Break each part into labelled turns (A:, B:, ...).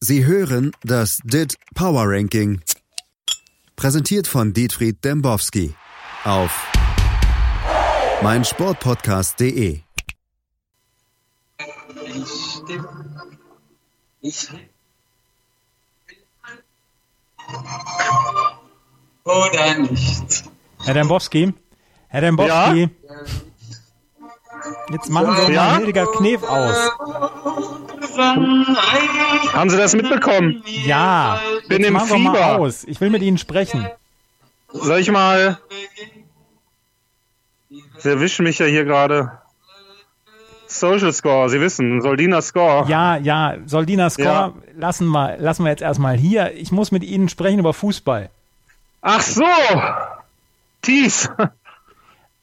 A: Sie hören das DIT Power Ranking. Präsentiert von Dietfried Dembowski auf meinsportpodcast.de.
B: Ich Ich. Oder nicht.
C: Herr Dembowski, Herr Dembowski, jetzt machen Sie
D: Ja?
C: mal Hildiger Knef aus.
D: Haben Sie das mitbekommen?
C: Ja,
D: Bin
C: jetzt
D: im
C: machen wir mal
D: Fieber.
C: aus. Ich will mit Ihnen sprechen.
D: Soll ich mal. Sie erwischen mich ja hier gerade. Social Score, Sie wissen, Soldiner Score.
C: Ja, ja, Soldina Score,
D: Ja.
C: lassen, wir, lassen wir jetzt erstmal hier. Ich muss mit Ihnen sprechen über Fußball.
D: Ach so! Thies!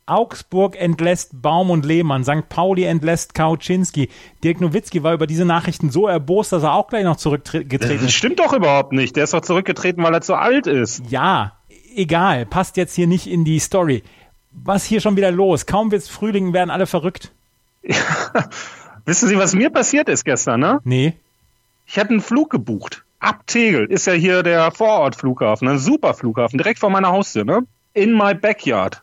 C: Augsburg entlässt Baum und Lehmann, St. Pauli entlässt Kauczynski. Dirk Nowitzki war über diese Nachrichten so erbost, dass er auch gleich noch zurückgetreten
D: Das
C: ist.
D: stimmt doch überhaupt nicht. Der ist doch zurückgetreten, weil er zu alt ist.
C: Ja, egal, passt jetzt hier nicht in die Story. Was hier schon wieder los? Kaum wird's Frühling, werden alle verrückt.
D: Wissen Sie, was mir passiert ist gestern, ne?
C: Nee.
D: Ich hatte einen Flug gebucht. Ab Tegel ist ja hier der Vorortflughafen, ein super Flughafen, direkt vor meiner Haustür, ne? In my backyard.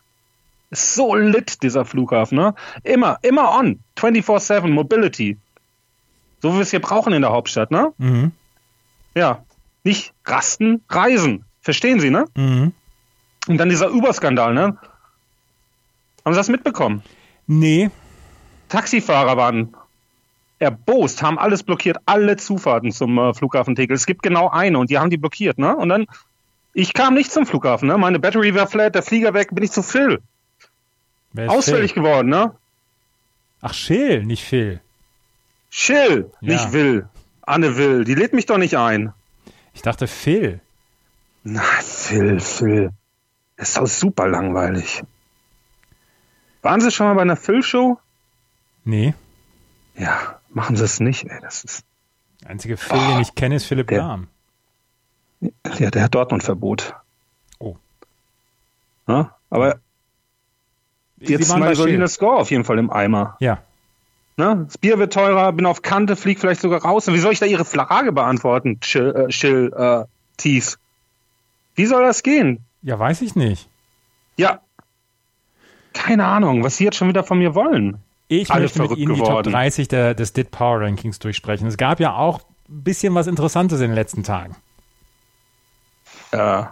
D: Ist so lit, dieser Flughafen, ne? Immer, immer on. 24-7 Mobility. So wie wir es hier brauchen in der Hauptstadt, ne?
C: Mhm.
D: Ja. Nicht rasten, reisen. Verstehen Sie, ne?
C: Mhm.
D: Und dann dieser Überskandal, ne? Haben Sie das mitbekommen?
C: Nee.
D: Taxifahrer waren erbost, haben alles blockiert, alle Zufahrten zum äh, Flughafen Tegel. Es gibt genau eine und die haben die blockiert, ne? Und dann, ich kam nicht zum Flughafen, ne? Meine Battery war flat, der Flieger weg, bin ich zu Phil.
C: Wer ist
D: Ausfällig
C: Phil?
D: geworden, ne?
C: Ach, Schill, nicht Phil.
D: Chill,
C: Ja.
D: nicht Will. Anne Will, die lädt mich doch nicht ein.
C: Ich dachte Phil.
D: Na, Phil, Phil. Das ist doch super langweilig. Waren Sie schon mal bei einer Phil-Show?
C: Nee.
D: Ja, machen Sie es nicht, ey. Das ist,
C: Der einzige Phil,
D: Ah,
C: den ich kenne, ist Philipp
D: der-
C: Lahm.
D: ja, der hat Dortmund-Verbot.
C: Oh.
D: Ne? Aber Jetzt ist mein solider Score auf jeden Fall im Eimer.
C: Ja.
D: Ne? Das Bier wird teurer, bin auf Kante, flieg vielleicht sogar raus. Und wie soll ich da Ihre Frage beantworten, Chill, äh, Chill äh, Thies? Wie soll das gehen?
C: Ja, weiß ich nicht.
D: Ja. Keine Ahnung, was Sie jetzt schon wieder von mir wollen.
C: Ich
D: Alle
C: möchte mit
D: verrückt
C: Ihnen die Top
D: geworden.
C: 30 der, des DIT Power Rankings durchsprechen. Es gab ja auch ein bisschen was Interessantes in den letzten Tagen.
D: Äh,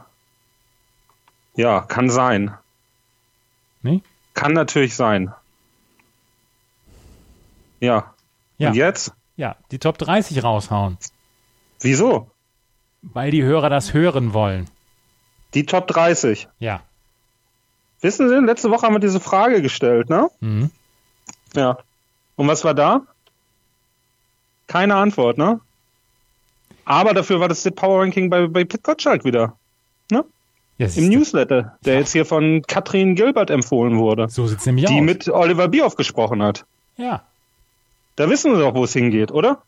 D: ja, kann sein.
C: Nee?
D: Kann natürlich sein. Ja.
C: Ja.
D: Und jetzt?
C: Ja, die Top 30 raushauen,
D: Wieso?
C: weil die Hörer das hören wollen.
D: Die Top 30.
C: Ja.
D: Wissen Sie, letzte Woche haben wir diese Frage gestellt, ne?
C: Mhm.
D: Ja. Und was war da? Keine Antwort, ne? Aber dafür war das Power Ranking bei, bei Pit Gottschalk wieder.
C: Ja,
D: Im
C: siehste.
D: Newsletter, der jetzt hier von Katrin Gilbert empfohlen wurde.
C: so sieht's nämlich
D: Die
C: aus.
D: mit Oliver Bierhoff gesprochen hat.
C: ja.
D: Da wissen Sie doch, wo es hingeht, oder?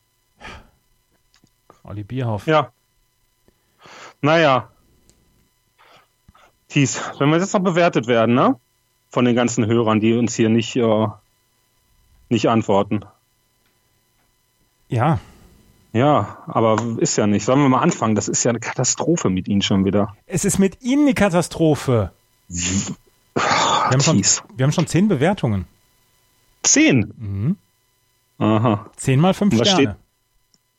C: Olli Bierhoff.
D: Ja. Naja. Thies, wenn wir jetzt noch bewertet werden, ne? Von den ganzen Hörern, die uns hier nicht, äh, nicht antworten.
C: ja.
D: Ja, aber ist ja nicht. Sollen wir mal anfangen? Das ist ja eine Katastrophe mit Ihnen schon wieder.
C: Es ist mit Ihnen die Katastrophe. Wir haben, schon,
D: Tief.
C: wir haben schon zehn Bewertungen.
D: Zehn. Aha.
C: Zehn mal fünf
D: Und was
C: Sterne.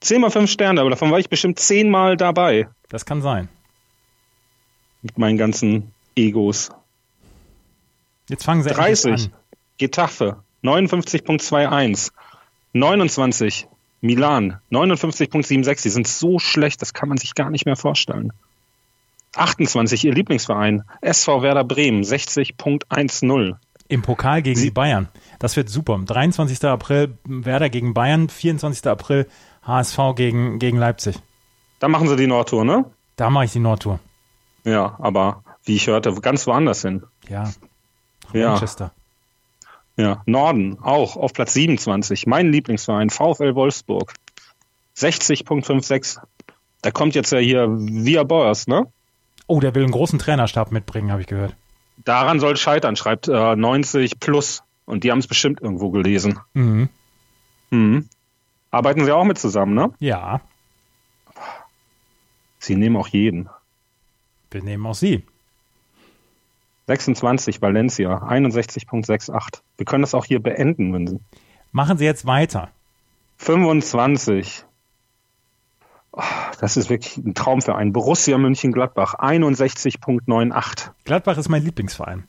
D: Zehn mal fünf Sterne, aber davon war ich bestimmt zehnmal dabei
C: Das kann sein.
D: mit meinen ganzen Egos.
C: Jetzt fangen sie endlich
D: 30.
C: an.
D: Getafe. 59.21. 29. Milan. 59.76. Die sind so schlecht, das kann man sich gar nicht mehr vorstellen. 28. Ihr Lieblingsverein. SV Werder Bremen. 60.10.
C: Im Pokal gegen die Bayern. Das wird super. 23. April Werder gegen Bayern, 24. April HSV gegen, gegen Leipzig.
D: Da machen sie die Nordtour, ne?
C: Da mache ich die Nordtour.
D: Ja, aber wie ich hörte, ganz woanders hin.
C: Ja. Nach
D: Ja.
C: Manchester.
D: Ja, Norden auch auf Platz 27. Mein Lieblingsverein, VfL Wolfsburg. 60.56. Da kommt jetzt ja hier Via Boers, ne?
C: Oh, der will einen großen Trainerstab mitbringen, habe ich gehört.
D: Daran soll scheitern, schreibt äh, 90 plus. Und die haben es bestimmt irgendwo gelesen. Hm.
C: Mhm.
D: Mhm. Arbeiten sie auch mit zusammen, ne?
C: Ja.
D: Sie nehmen auch jeden.
C: Wir nehmen auch Sie.
D: 26 Valencia, 61.68. Wir können das auch hier beenden, wenn Sie.
C: Machen Sie jetzt weiter.
D: 25. Oh, Das ist wirklich ein Traum für einen. Borussia Mönchengladbach, 61.98.
C: Gladbach ist mein Lieblingsverein.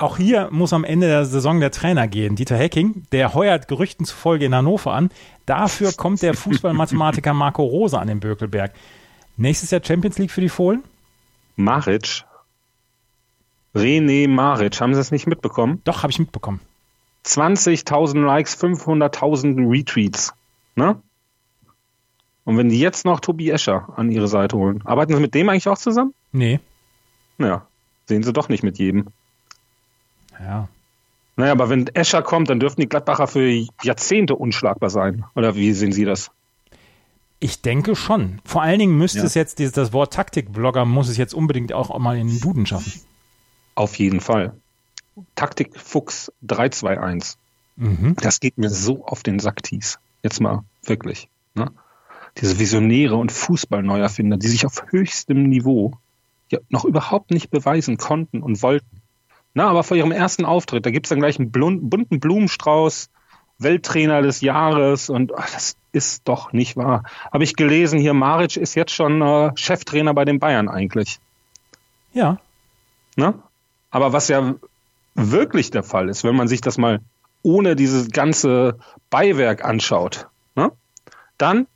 C: Auch hier muss am Ende der Saison der Trainer gehen, Dieter Hecking. Der heuert Gerüchten zufolge in Hannover an. Dafür kommt der Fußballmathematiker Marco Rose an den Bökelberg. Nächstes Jahr Champions League für die Fohlen?
D: Maric. René Maric, haben Sie es nicht mitbekommen?
C: Doch, habe ich mitbekommen.
D: 20.000 Likes, 500.000 Retweets. Ne? Und wenn die jetzt noch Tobi Escher an ihre Seite holen, arbeiten sie mit dem eigentlich auch zusammen?
C: Nee.
D: Naja, sehen sie doch nicht mit jedem.
C: Ja.
D: Naja, aber wenn Escher kommt, dann dürften die Gladbacher für Jahrzehnte unschlagbar sein. Oder wie sehen Sie das?
C: Ich denke schon. Vor allen Dingen müsste
D: Ja.
C: es jetzt, dieses, das Wort Taktikblogger muss es jetzt unbedingt auch mal in den Duden schaffen.
D: Auf jeden Fall. Taktik Fuchs 321.
C: Mhm.
D: Das geht mir so auf den Sack, Thies. Jetzt mal, wirklich. Ne? Diese Visionäre und Fußballneuerfinder, die sich auf höchstem Niveau ja noch überhaupt nicht beweisen konnten und wollten. Na, aber vor ihrem ersten Auftritt, da gibt es dann gleich einen blun- bunten Blumenstrauß, Welttrainer des Jahres und ach, das ist doch nicht wahr. Habe ich gelesen, hier Maric ist jetzt schon äh, Cheftrainer bei den Bayern eigentlich.
C: Ja.
D: Ne? Aber was ja wirklich der Fall ist, wenn man sich das mal ohne dieses ganze Beiwerk anschaut, ne? dann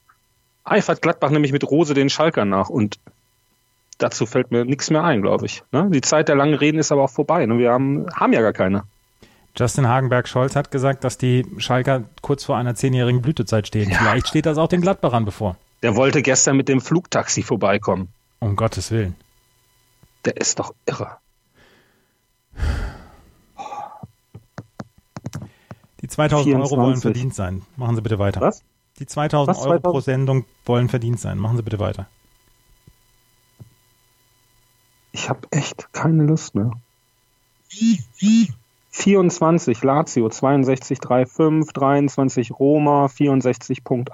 D: eifert Gladbach nämlich mit Rose den Schalkern nach. Und dazu fällt mir nichts mehr ein, glaube ich. Ne? Die Zeit der langen Reden ist aber auch vorbei. Ne? Wir haben, haben ja gar keine.
C: Justin Hagenberg-Scholz hat gesagt, dass die Schalker kurz vor einer zehnjährigen Blütezeit stehen. Vielleicht steht das auch den Gladbachern bevor.
D: Der wollte gestern mit dem Flugtaxi vorbeikommen.
C: Um Gottes Willen.
D: Der ist doch irre.
C: Die 2000 Euro wollen
D: 24.
C: verdient sein. Machen Sie bitte weiter.
D: Was?
C: Die 2000
D: Was,
C: Euro
D: 2000?
C: pro Sendung wollen verdient sein. Machen Sie bitte weiter.
D: Ich habe echt keine Lust mehr. 24 Lazio, 62,35, 23 Roma, 64,16,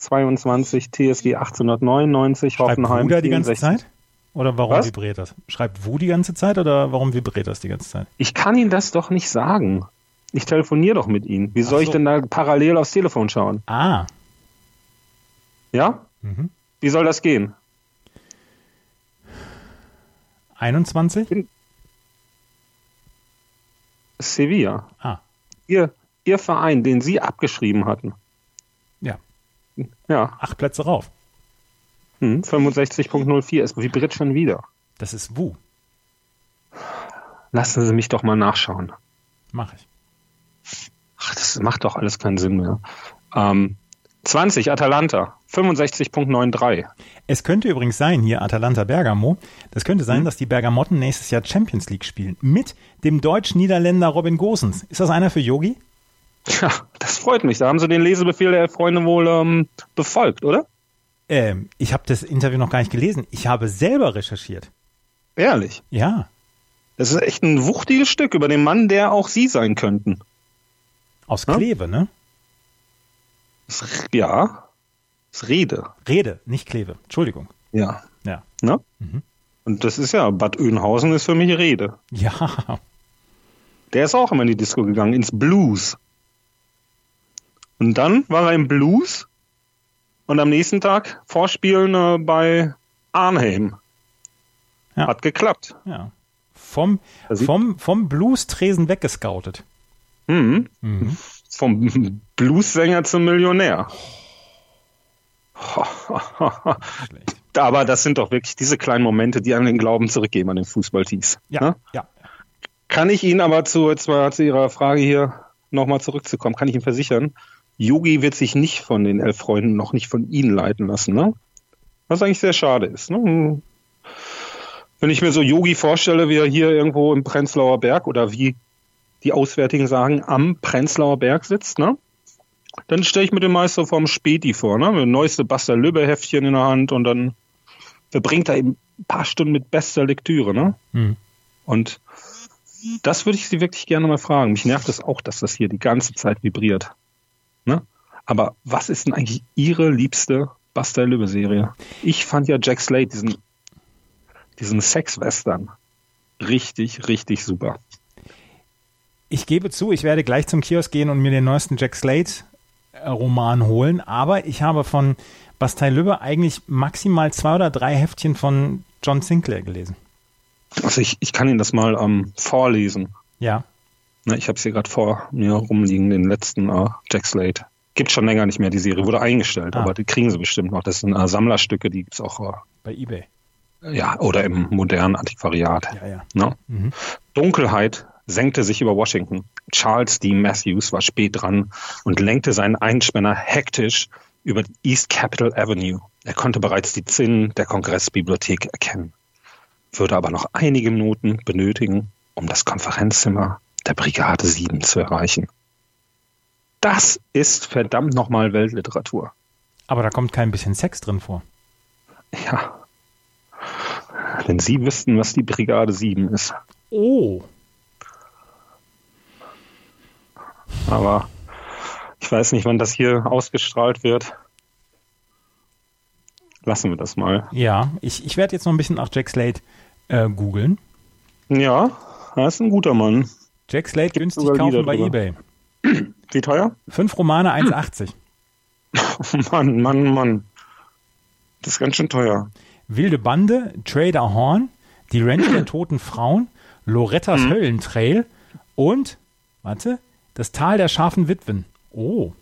D: 22 TSG 1899,
C: Schreibt
D: Hoffenheim.
C: Wuda die ganze
D: 64.
C: Zeit? Oder warum
D: Was?
C: vibriert das? Schreibt Wu die ganze Zeit oder warum vibriert das die ganze Zeit?
D: Ich kann Ihnen das doch nicht sagen. Ich telefoniere doch mit Ihnen. Wie soll
C: Ach
D: ich
C: so.
D: denn da parallel aufs Telefon schauen?
C: Ah,
D: Ja?
C: Mhm.
D: Wie soll das gehen?
C: 21?
D: Sevilla.
C: Ah,
D: Ihr, Ihr Verein, den Sie abgeschrieben hatten.
C: ja.
D: Ja,
C: Acht Plätze rauf.
D: hm, 65.04. Es vibriert schon wieder.
C: Das ist Wu.
D: Lassen Sie mich doch mal nachschauen.
C: Mach ich.
D: Ach, das macht doch alles keinen Sinn mehr. Ähm, 20, Atalanta, 65.93.
C: Es könnte übrigens sein, hier Atalanta Bergamo, das könnte
D: Hm?
C: sein, dass die Bergamotten nächstes Jahr Champions League spielen. Mit dem Deutsch-Niederländer Robin Gosens. Ist das einer für Yogi?
D: Tja, das freut mich. Da haben sie den Lesebefehl der Freunde wohl ähm, befolgt, oder?
C: Ähm, ich habe das Interview noch gar nicht gelesen. Ich habe selber recherchiert.
D: Ehrlich.
C: Ja,
D: Das ist echt ein wuchtiges Stück über den Mann, der auch sie sein könnten.
C: aus
D: Ja?
C: Kleve, ne?
D: Das- Ja. Das Rede.
C: Rede, nicht Kleve. Entschuldigung.
D: Ja.
C: Ja.
D: Ne? Und das ist ja, Bad Oeynhausen ist für mich Rede.
C: Ja.
D: Der ist auch immer in die Disco gegangen, ins Blues. Und dann war er im Blues und am nächsten Tag Vorspielen äh, bei Arnhem.
C: Ja.
D: Hat geklappt.
C: ja. Vom,
D: Da sieht-
C: vom, vom Blues-Tresen weggescoutet.
D: Mhm. Vom Blues-Sänger zum Millionär.
C: Schlecht.
D: Aber das sind doch wirklich diese kleinen Momente, die an den Glauben zurückgeben an den Fußballteams.
C: Ja,
D: Ne?
C: ja.
D: Kann ich Ihnen aber zu, jetzt mal zu Ihrer Frage hier nochmal zurückzukommen, kann ich Ihnen versichern, Yogi wird sich nicht von den elf Freunden, noch nicht von Ihnen leiten lassen, ne? Was eigentlich sehr schade ist, ne? Wenn ich mir so Yogi vorstelle, wie er hier irgendwo im Prenzlauer Berg oder wie die Auswärtigen sagen, am Prenzlauer Berg sitzt, ne? Dann stelle ich mir den Meister vom Späti vor, ne? Mit dem neueste Buster Lübbe-Heftchen in der Hand und dann verbringt er eben ein paar Stunden mit bester Lektüre, ne?
C: Mhm.
D: Und das würde ich Sie wirklich gerne mal fragen. Mich nervt es auch, dass das hier die ganze Zeit vibriert. Ne? Aber was ist denn eigentlich Ihre liebste Buster Lübbe-Serie. Ich fand ja Jack Slade, diesen, diesen Sex-Western, richtig, richtig super.
C: Ich gebe zu, ich werde gleich zum Kiosk gehen und mir den neuesten Jack Slade-Roman holen, aber ich habe von Bastei Lübbe eigentlich maximal zwei oder drei Heftchen von John Sinclair gelesen.
D: Also ich, ich kann Ihnen das mal ähm, vorlesen.
C: Ja.
D: Ne, ich habe es hier gerade vor mir rumliegen, den letzten äh, Jack Slade. Gibt schon länger nicht mehr, die Serie wurde eingestellt,
C: Ah.
D: aber die kriegen sie bestimmt noch. Das sind äh, Sammlerstücke, die gibt's auch
C: Bei eBay.
D: äh, ja, oder im modernen Antiquariat.
C: Ja, ja.
D: Ne?
C: Mhm.
D: Dunkelheit senkte sich über Washington. Charles D. Matthews war spät dran und lenkte seinen Einspänner hektisch über die East Capitol Avenue. Er konnte bereits die Zinnen der Kongressbibliothek erkennen, würde aber noch einige Minuten benötigen, um das Konferenzzimmer der Brigade 7 zu erreichen. Das ist verdammt nochmal Weltliteratur.
C: Aber da kommt kein bisschen Sex drin vor.
D: Ja. Wenn Sie wüssten, was die Brigade 7 ist.
C: Oh.
D: Aber ich weiß nicht, wann das hier ausgestrahlt wird. Lassen wir das mal.
C: Ja, ich, ich werde jetzt noch ein bisschen nach Jack Slade äh, googeln.
D: Ja, er ist ein guter Mann.
C: Jack Slade günstig
D: sogar
C: kaufen
D: Lieder
C: bei
D: drüber.
C: eBay.
D: Wie teuer?
C: Fünf Romane 1,80.
D: Mann, Mann, Mann. Das ist ganz schön teuer.
C: Wilde Bande, Trader Horn, Die Ranch der toten Frauen, Lorettas
D: Mhm.
C: Höllentrail und, warte, das Tal der scharfen Witwen. Oh,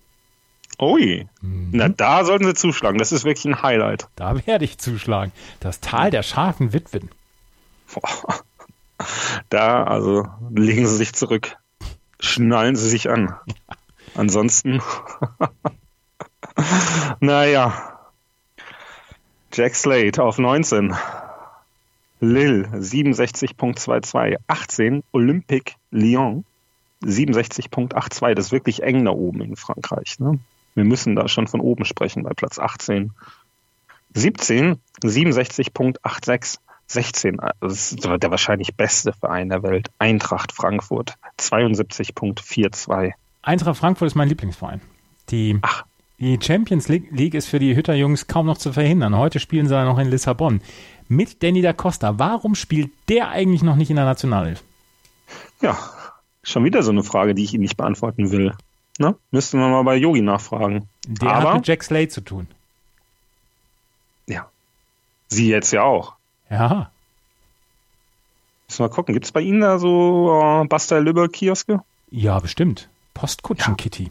D: Ui. Na, da sollten sie zuschlagen. Das ist wirklich ein Highlight.
C: da werde ich zuschlagen. Das Tal der scharfen Witwen.
D: Boah. Da, also, legen sie sich zurück. Schnallen sie sich an. Ansonsten. naja. Jack Slade auf 19. Lille 67.22. 18. Olympique Lyon 67.82. Das ist wirklich eng da oben in Frankreich. Ne? Wir müssen da schon von oben sprechen bei Platz 18. 17, 67.86, 16, also das ist der wahrscheinlich beste Verein der Welt, Eintracht Frankfurt, 72.42.
C: Eintracht Frankfurt ist mein Lieblingsverein. Die,
D: Ach.
C: die Champions League, League ist für die Hütterjungs kaum noch zu verhindern. Heute spielen sie ja noch in Lissabon. Mit Danny da Costa. Warum spielt der eigentlich noch nicht in der Nationalelf?
D: Ja, schon wieder so eine Frage, die ich Ihnen nicht beantworten will. Ne? Müssten wir mal bei Yogi nachfragen.
C: Der
D: Aber
C: hat mit Jack Slade zu tun.
D: Sie jetzt ja auch.
C: Ja,
D: Müssen wir mal gucken, gibt es bei Ihnen da so äh, Bastel Lübbe Kioske?
C: ja, bestimmt. Postkutschen-Kitty.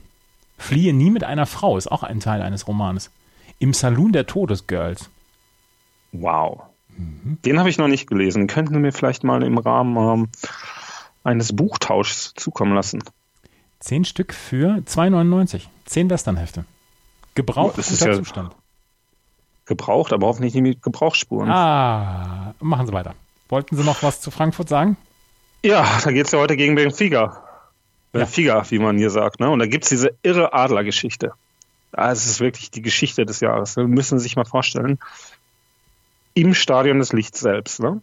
C: Fliehe nie mit einer Frau ist auch ein Teil eines Romanes. Im Saloon der Todesgirls.
D: Wow.
C: Mhm.
D: Den habe ich noch nicht gelesen. Könnten Sie mir vielleicht mal im Rahmen ähm, eines Buchtauschs zukommen lassen?
C: Zehn Stück für 2,99. Zehn Westernhefte. Gebraucht
D: Oh, das
C: guter
D: ist ja-
C: Zustand.
D: Gebraucht, aber hoffentlich nicht mit Gebrauchsspuren.
C: Ah, machen Sie weiter. Wollten Sie noch was zu Frankfurt sagen?
D: Ja, da geht's ja heute gegen Benfica. Benfica, wie man hier sagt. Ne? Und da gibt's diese irre Adlergeschichte. Ah, Es ist wirklich die Geschichte des Jahres. Ne? Müssen Sie sich mal vorstellen. Im Stadion des Lichts selbst. Ne?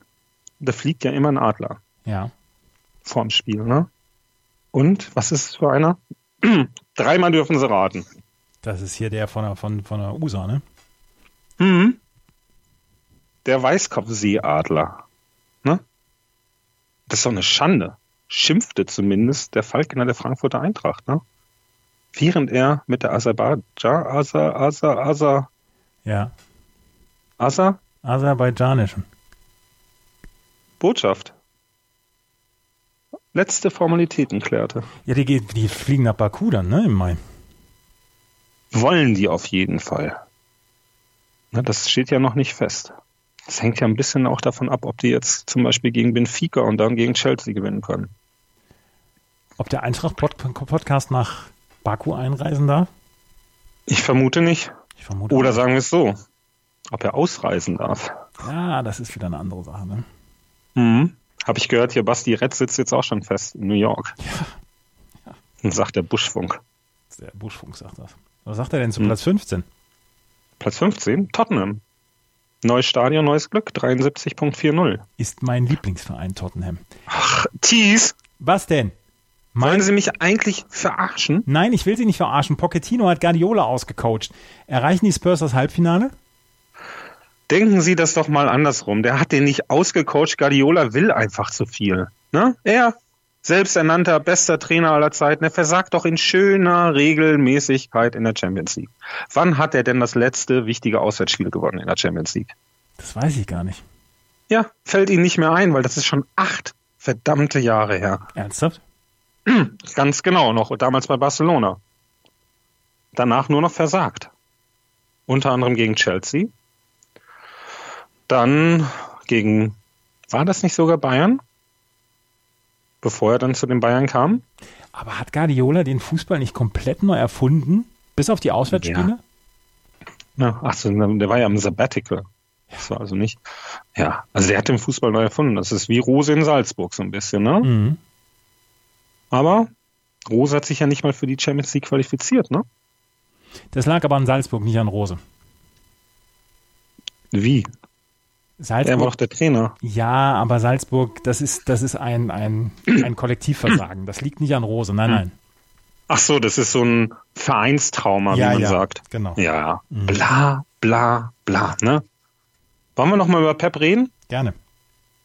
D: Da fliegt ja immer ein Adler
C: Ja.
D: vorm Spiel. Ne? Und was ist es für einer? Dreimal dürfen Sie raten.
C: Das ist hier der von der, von, von der USA, ne?
D: Mhm. Der Weißkopfseeadler. Ne? Das ist doch eine Schande. Schimpfte zumindest der Falkner der Frankfurter Eintracht, ne? Während er mit der Aserbaidschan, Aser, Aser, Aser,
C: Ja.
D: Aser,
C: Aserbaidschanischen.
D: Botschaft. Letzte Formalitäten klärte.
C: Ja, die, geht- die fliegen nach Baku dann, ne? Im Mai.
D: Wollen die auf jeden Fall. Ne, das steht ja noch nicht fest. Das hängt ja ein bisschen auch davon ab, ob die jetzt zum Beispiel gegen Benfica und dann gegen Chelsea gewinnen können.
C: Ob der Eintracht-Podcast nach Baku einreisen darf?
D: Ich vermute nicht.
C: Ich vermute.
D: Oder sagen wir es so, ob er ausreisen darf.
C: Ja, Ah, das ist wieder eine andere Sache, ne?
D: Mhm. Habe ich gehört, hier Basti Rett sitzt jetzt auch schon fest in New York. Und sagt der Buschfunk.
C: Der Buschfunk sagt das. Was sagt er denn zu
D: Hm.
C: Platz 15?
D: Platz 15, Tottenham. Neues Stadion, neues Glück, 73.40.
C: Ist mein Lieblingsverein Tottenham.
D: Ach, Tees,
C: Was denn?
D: Sollen Sie mich eigentlich verarschen?
C: Nein, ich will sie nicht verarschen. Pochettino hat Guardiola ausgecoacht. Erreichen die Spurs das Halbfinale?
D: Denken Sie das doch mal andersrum. Der hat den nicht ausgecoacht. Guardiola will einfach zu viel. Ne? Er, selbsternannter bester Trainer aller Zeiten, er versagt doch in schöner Regelmäßigkeit in der Champions League. Wann hat er denn das letzte wichtige Auswärtsspiel gewonnen in der Champions League?
C: Das weiß ich gar nicht.
D: Ja, fällt Ihnen nicht mehr ein, weil das ist schon acht verdammte Jahre her.
C: Ernsthaft?
D: Ganz genau noch. Und Damals bei Barcelona. Danach nur noch versagt. Unter anderem gegen Chelsea. Dann gegen, war das nicht sogar Bayern? Bevor er dann zu den Bayern kam?
C: Aber hat Guardiola den Fußball nicht komplett neu erfunden? Bis auf die Auswärtsspiele?
D: Ja, ach so, der war ja am Sabbatical. Das war also nicht. Ja, also der hat den Fußball neu erfunden. Das ist wie Rose in Salzburg so ein bisschen, ne?
C: Mhm.
D: Aber Rose hat sich ja nicht mal für die Champions League qualifiziert, ne?
C: Das lag aber an Salzburg, nicht an Rose.
D: Wie? Er war
C: Salzburg,
D: doch der Trainer.
C: ja, aber Salzburg, das ist, das ist ein, ein, ein Kollektivversagen. Das liegt nicht an Rose. Nein,
D: Hm.
C: nein.
D: Ach so, das ist so ein Vereinstrauma,
C: Ja,
D: wie man
C: ja,
D: sagt.
C: genau.
D: Ja, bla, bla, bla, ne? Wollen wir nochmal über Pep reden?
C: Gerne.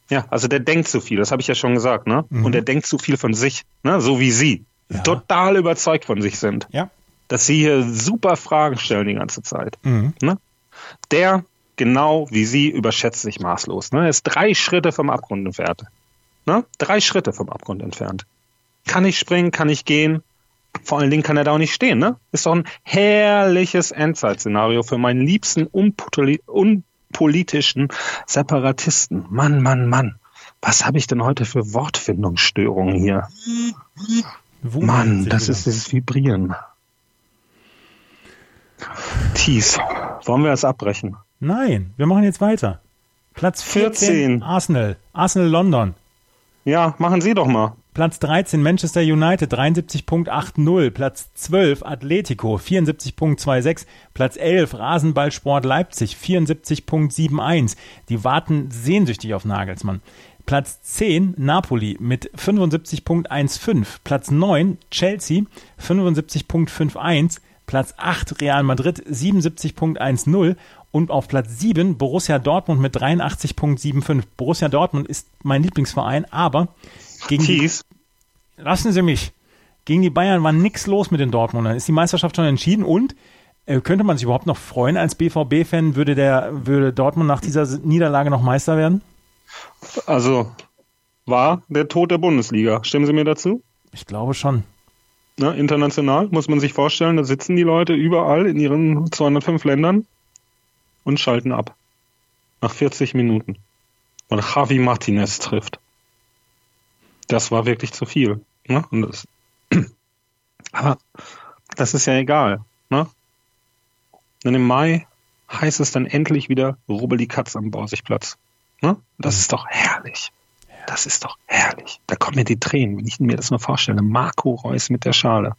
D: Ja, also der denkt zu viel, das habe ich ja schon gesagt, ne?
C: Mhm.
D: Und der denkt zu viel von sich, ne? So wie Sie.
C: Ja.
D: Total überzeugt von sich sind.
C: Ja.
D: Dass Sie hier super Fragen stellen die ganze Zeit.
C: Mhm.
D: Ne? Der, genau wie Sie, überschätzt sich maßlos. Ne? Er ist drei Schritte vom Abgrund entfernt. Ne? Drei Schritte vom Abgrund entfernt. Kann ich springen, kann ich gehen. Vor allen Dingen kann er da auch nicht stehen. Ne? Ist doch ein herrliches Endzeitszenario für meinen liebsten unpotoli- unpolitischen Separatisten. Mann, Mann, Mann. Was habe ich denn heute für Wortfindungsstörungen hier?
C: Wo
D: Mann,
C: sich
D: das
C: wieder?
D: ist das Vibrieren. Thies, wollen wir das abbrechen?
C: Nein, wir machen jetzt weiter. Platz 14,
D: 14.
C: Arsenal. Arsenal London.
D: Ja, machen Sie doch mal.
C: Platz 13 Manchester United 73.80, Platz 12 Atletico 74.26, Platz 11 Rasenballsport Leipzig 74.71. Die warten sehnsüchtig auf Nagelsmann. Platz 10 Napoli mit 75.15, Platz 9 Chelsea 75.51, Platz 8 Real Madrid 77.10 und auf Platz 7 Borussia Dortmund mit 83.75. Borussia Dortmund ist mein Lieblingsverein, aber gegen die
D: Thies,
C: lassen Sie mich. Gegen die Bayern war nichts los mit den Dortmundern. Ist die Meisterschaft schon entschieden und äh, könnte man sich überhaupt noch freuen als BVB-Fan, würde der würde Dortmund nach dieser S- Niederlage noch Meister werden?
D: also war der Tod der Bundesliga. Stimmen Sie mir dazu?
C: Ich glaube schon.
D: Ne, international muss man sich vorstellen, da sitzen die Leute überall in ihren 205 Ländern und schalten ab. Nach 40 Minuten. Und Javi Martinez trifft. Das war wirklich zu viel. Ne? Und das, aber das ist ja egal. Ne? Denn im Mai heißt es dann endlich wieder rubbel die Katz am Borsigplatz. Ne? Das ist doch herrlich. Das ist doch herrlich. Da kommen mir die Tränen, wenn ich mir das nur vorstelle. Marco Reus mit der Schale.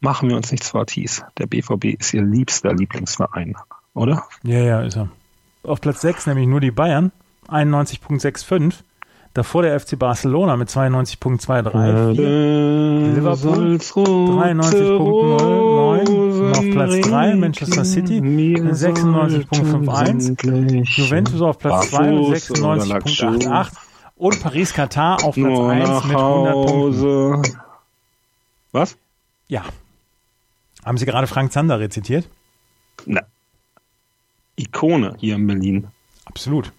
D: Machen wir uns nichts vor, Thies. Der BVB ist ihr liebster Lieblingsverein, oder?
C: Ja, ja, ist er. Auf Platz 6 nämlich nur die Bayern, 91.65. Davor der FC Barcelona mit 92.23. Äh, vier. Liverpool, 93.09. Und auf Platz drei Manchester City, 96.51. Juventus auf Platz 2 mit 96.88 und Paris Katar auf Platz
D: Nur
C: 1
D: nach
C: mit 100 Punkten.
D: Hause. Was?
C: Ja. Haben Sie gerade Frank Zander rezitiert?
D: Na. Ikone hier in Berlin.
C: Absolut.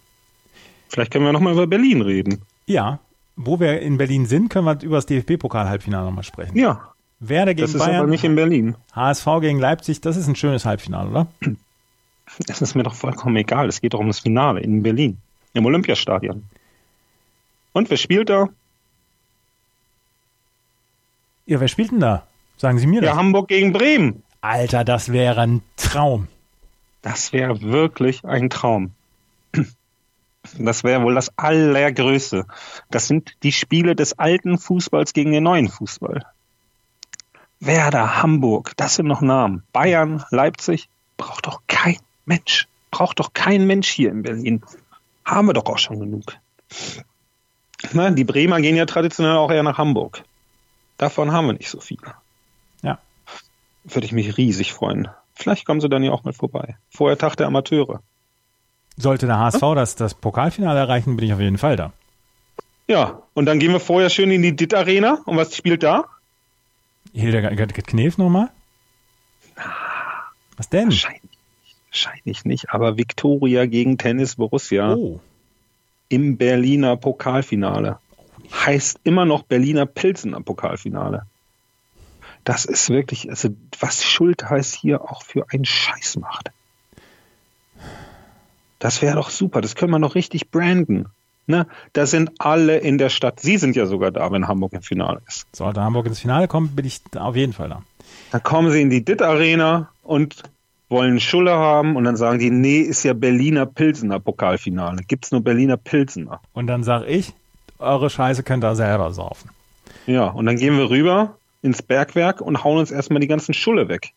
D: Vielleicht können wir nochmal über Berlin reden.
C: Ja. Wo wir in Berlin sind, können wir über das DFB-Pokal-Halbfinale nochmal sprechen.
D: Ja,
C: Werder gegen
D: das ist aber
C: Bayern,
D: nicht in Berlin.
C: HSV gegen Leipzig, das ist ein schönes Halbfinale, oder?
D: Es ist mir doch vollkommen egal. Es geht doch um das Finale in Berlin, im Olympiastadion. Und wer spielt da?
C: Ja, wer spielt denn da? Sagen Sie mir das.
D: Ja, Hamburg gegen Bremen.
C: Alter, das wäre ein Traum.
D: Das wäre wirklich ein Traum. Das wäre wohl das Allergrößte. Das sind die Spiele des alten Fußballs gegen den neuen Fußball. Werder, Hamburg, das sind noch Namen. Bayern, Leipzig, braucht doch kein Mensch. Braucht doch kein Mensch hier in Berlin. Haben wir doch auch schon genug. Na, die Bremer gehen ja traditionell auch eher nach Hamburg. Davon haben wir nicht so viele.
C: Ja.
D: Würde ich mich riesig freuen. Vielleicht kommen sie dann ja auch mal vorbei. Vorher Tag der Amateure.
C: Sollte der HSV
D: Hm?
C: das, das Pokalfinale erreichen, bin ich auf jeden Fall da.
D: Ja, und dann gehen wir vorher schön in die DIT Arena. Und was spielt da?
C: Hildegard Knef nochmal? Was denn?
D: Wahrscheinlich, wahrscheinlich nicht, aber Viktoria gegen Tennis Borussia
C: Oh,
D: im Berliner Pokalfinale. Heißt immer noch Berliner Pilsener Pokalfinale. Das ist wirklich, also was Schultheiß hier auch für einen Scheiß macht. Das wäre doch super, das können wir noch richtig branden. Ne? Da sind alle in der Stadt. Sie sind ja sogar da, wenn Hamburg im Finale ist.
C: sollte Hamburg ins Finale kommen, bin ich da auf jeden Fall da.
D: Dann kommen sie in die DIT Arena und wollen Schulle haben und dann sagen die, nee, ist ja Berliner Pilsener Pokalfinale. Gibt's nur Berliner Pilsener.
C: Und dann sage ich, eure Scheiße könnt ihr selber saufen.
D: Ja, und dann gehen wir rüber ins Bergwerk und hauen uns erstmal die ganzen Schulle weg,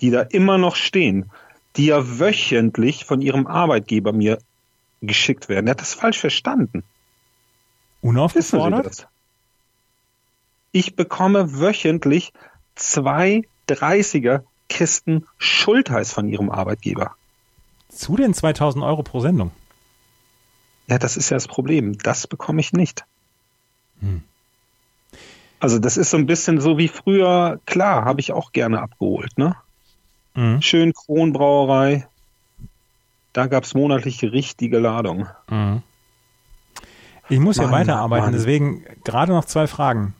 D: die da immer noch stehen, die ja wöchentlich von ihrem Arbeitgeber mir geschickt werden. Der hat das falsch verstanden. Wissen Sie
C: Unaufgefordert?
D: das? Ich bekomme wöchentlich zwei 30er Kisten Schultheiß von ihrem Arbeitgeber.
C: Zu den 2000 Euro pro Sendung.
D: Ja, das ist ja das Problem. Das bekomme ich nicht. Also das ist so ein bisschen so wie früher. Klar, habe ich auch gerne abgeholt. Ne?
C: Mhm.
D: Schön Kronbrauerei. Da gab es monatlich richtige Ladung.
C: Ich muss ja
D: Mann,
C: weiterarbeiten,
D: Mann.
C: deswegen gerade noch zwei Fragen.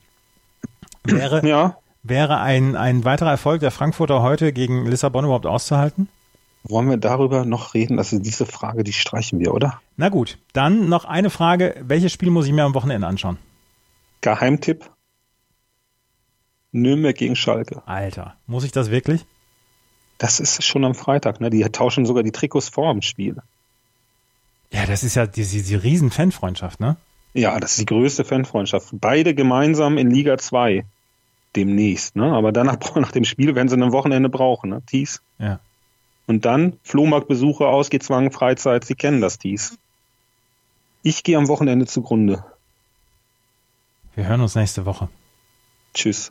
C: Wäre,
D: Ja,
C: wäre ein, ein weiterer Erfolg der Frankfurter heute gegen Lissabon überhaupt auszuhalten?
D: wollen wir darüber noch reden? Also diese Frage, die streichen wir, oder?
C: Na gut, dann noch eine Frage. Welches Spiel muss ich mir am Wochenende anschauen?
D: Geheimtipp. Nürnberg gegen Schalke.
C: Alter, muss ich das wirklich?
D: Das ist schon am Freitag. Ne? Die tauschen sogar die Trikots vor dem Spiel.
C: Ja, das ist ja diese, diese riesen Fanfreundschaft, ne?
D: Ja, das ist die größte Fanfreundschaft. Beide gemeinsam in Liga 2 demnächst. Ne? Aber danach, nach dem Spiel werden sie ein Wochenende brauchen. Ne? Thies.
C: Ja.
D: Und dann Flohmarktbesuche, Ausgezwang, Freizeit. Sie kennen das, Thies. Ich gehe am Wochenende zugrunde.
C: Wir hören uns nächste Woche.
D: Tschüss.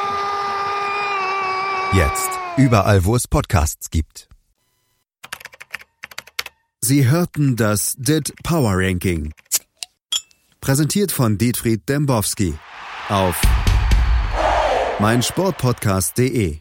A: Jetzt überall, wo es Podcasts gibt. Sie hörten das DIT Power Ranking. Präsentiert von Dietfried Dembowski auf meinsportpodcast.de.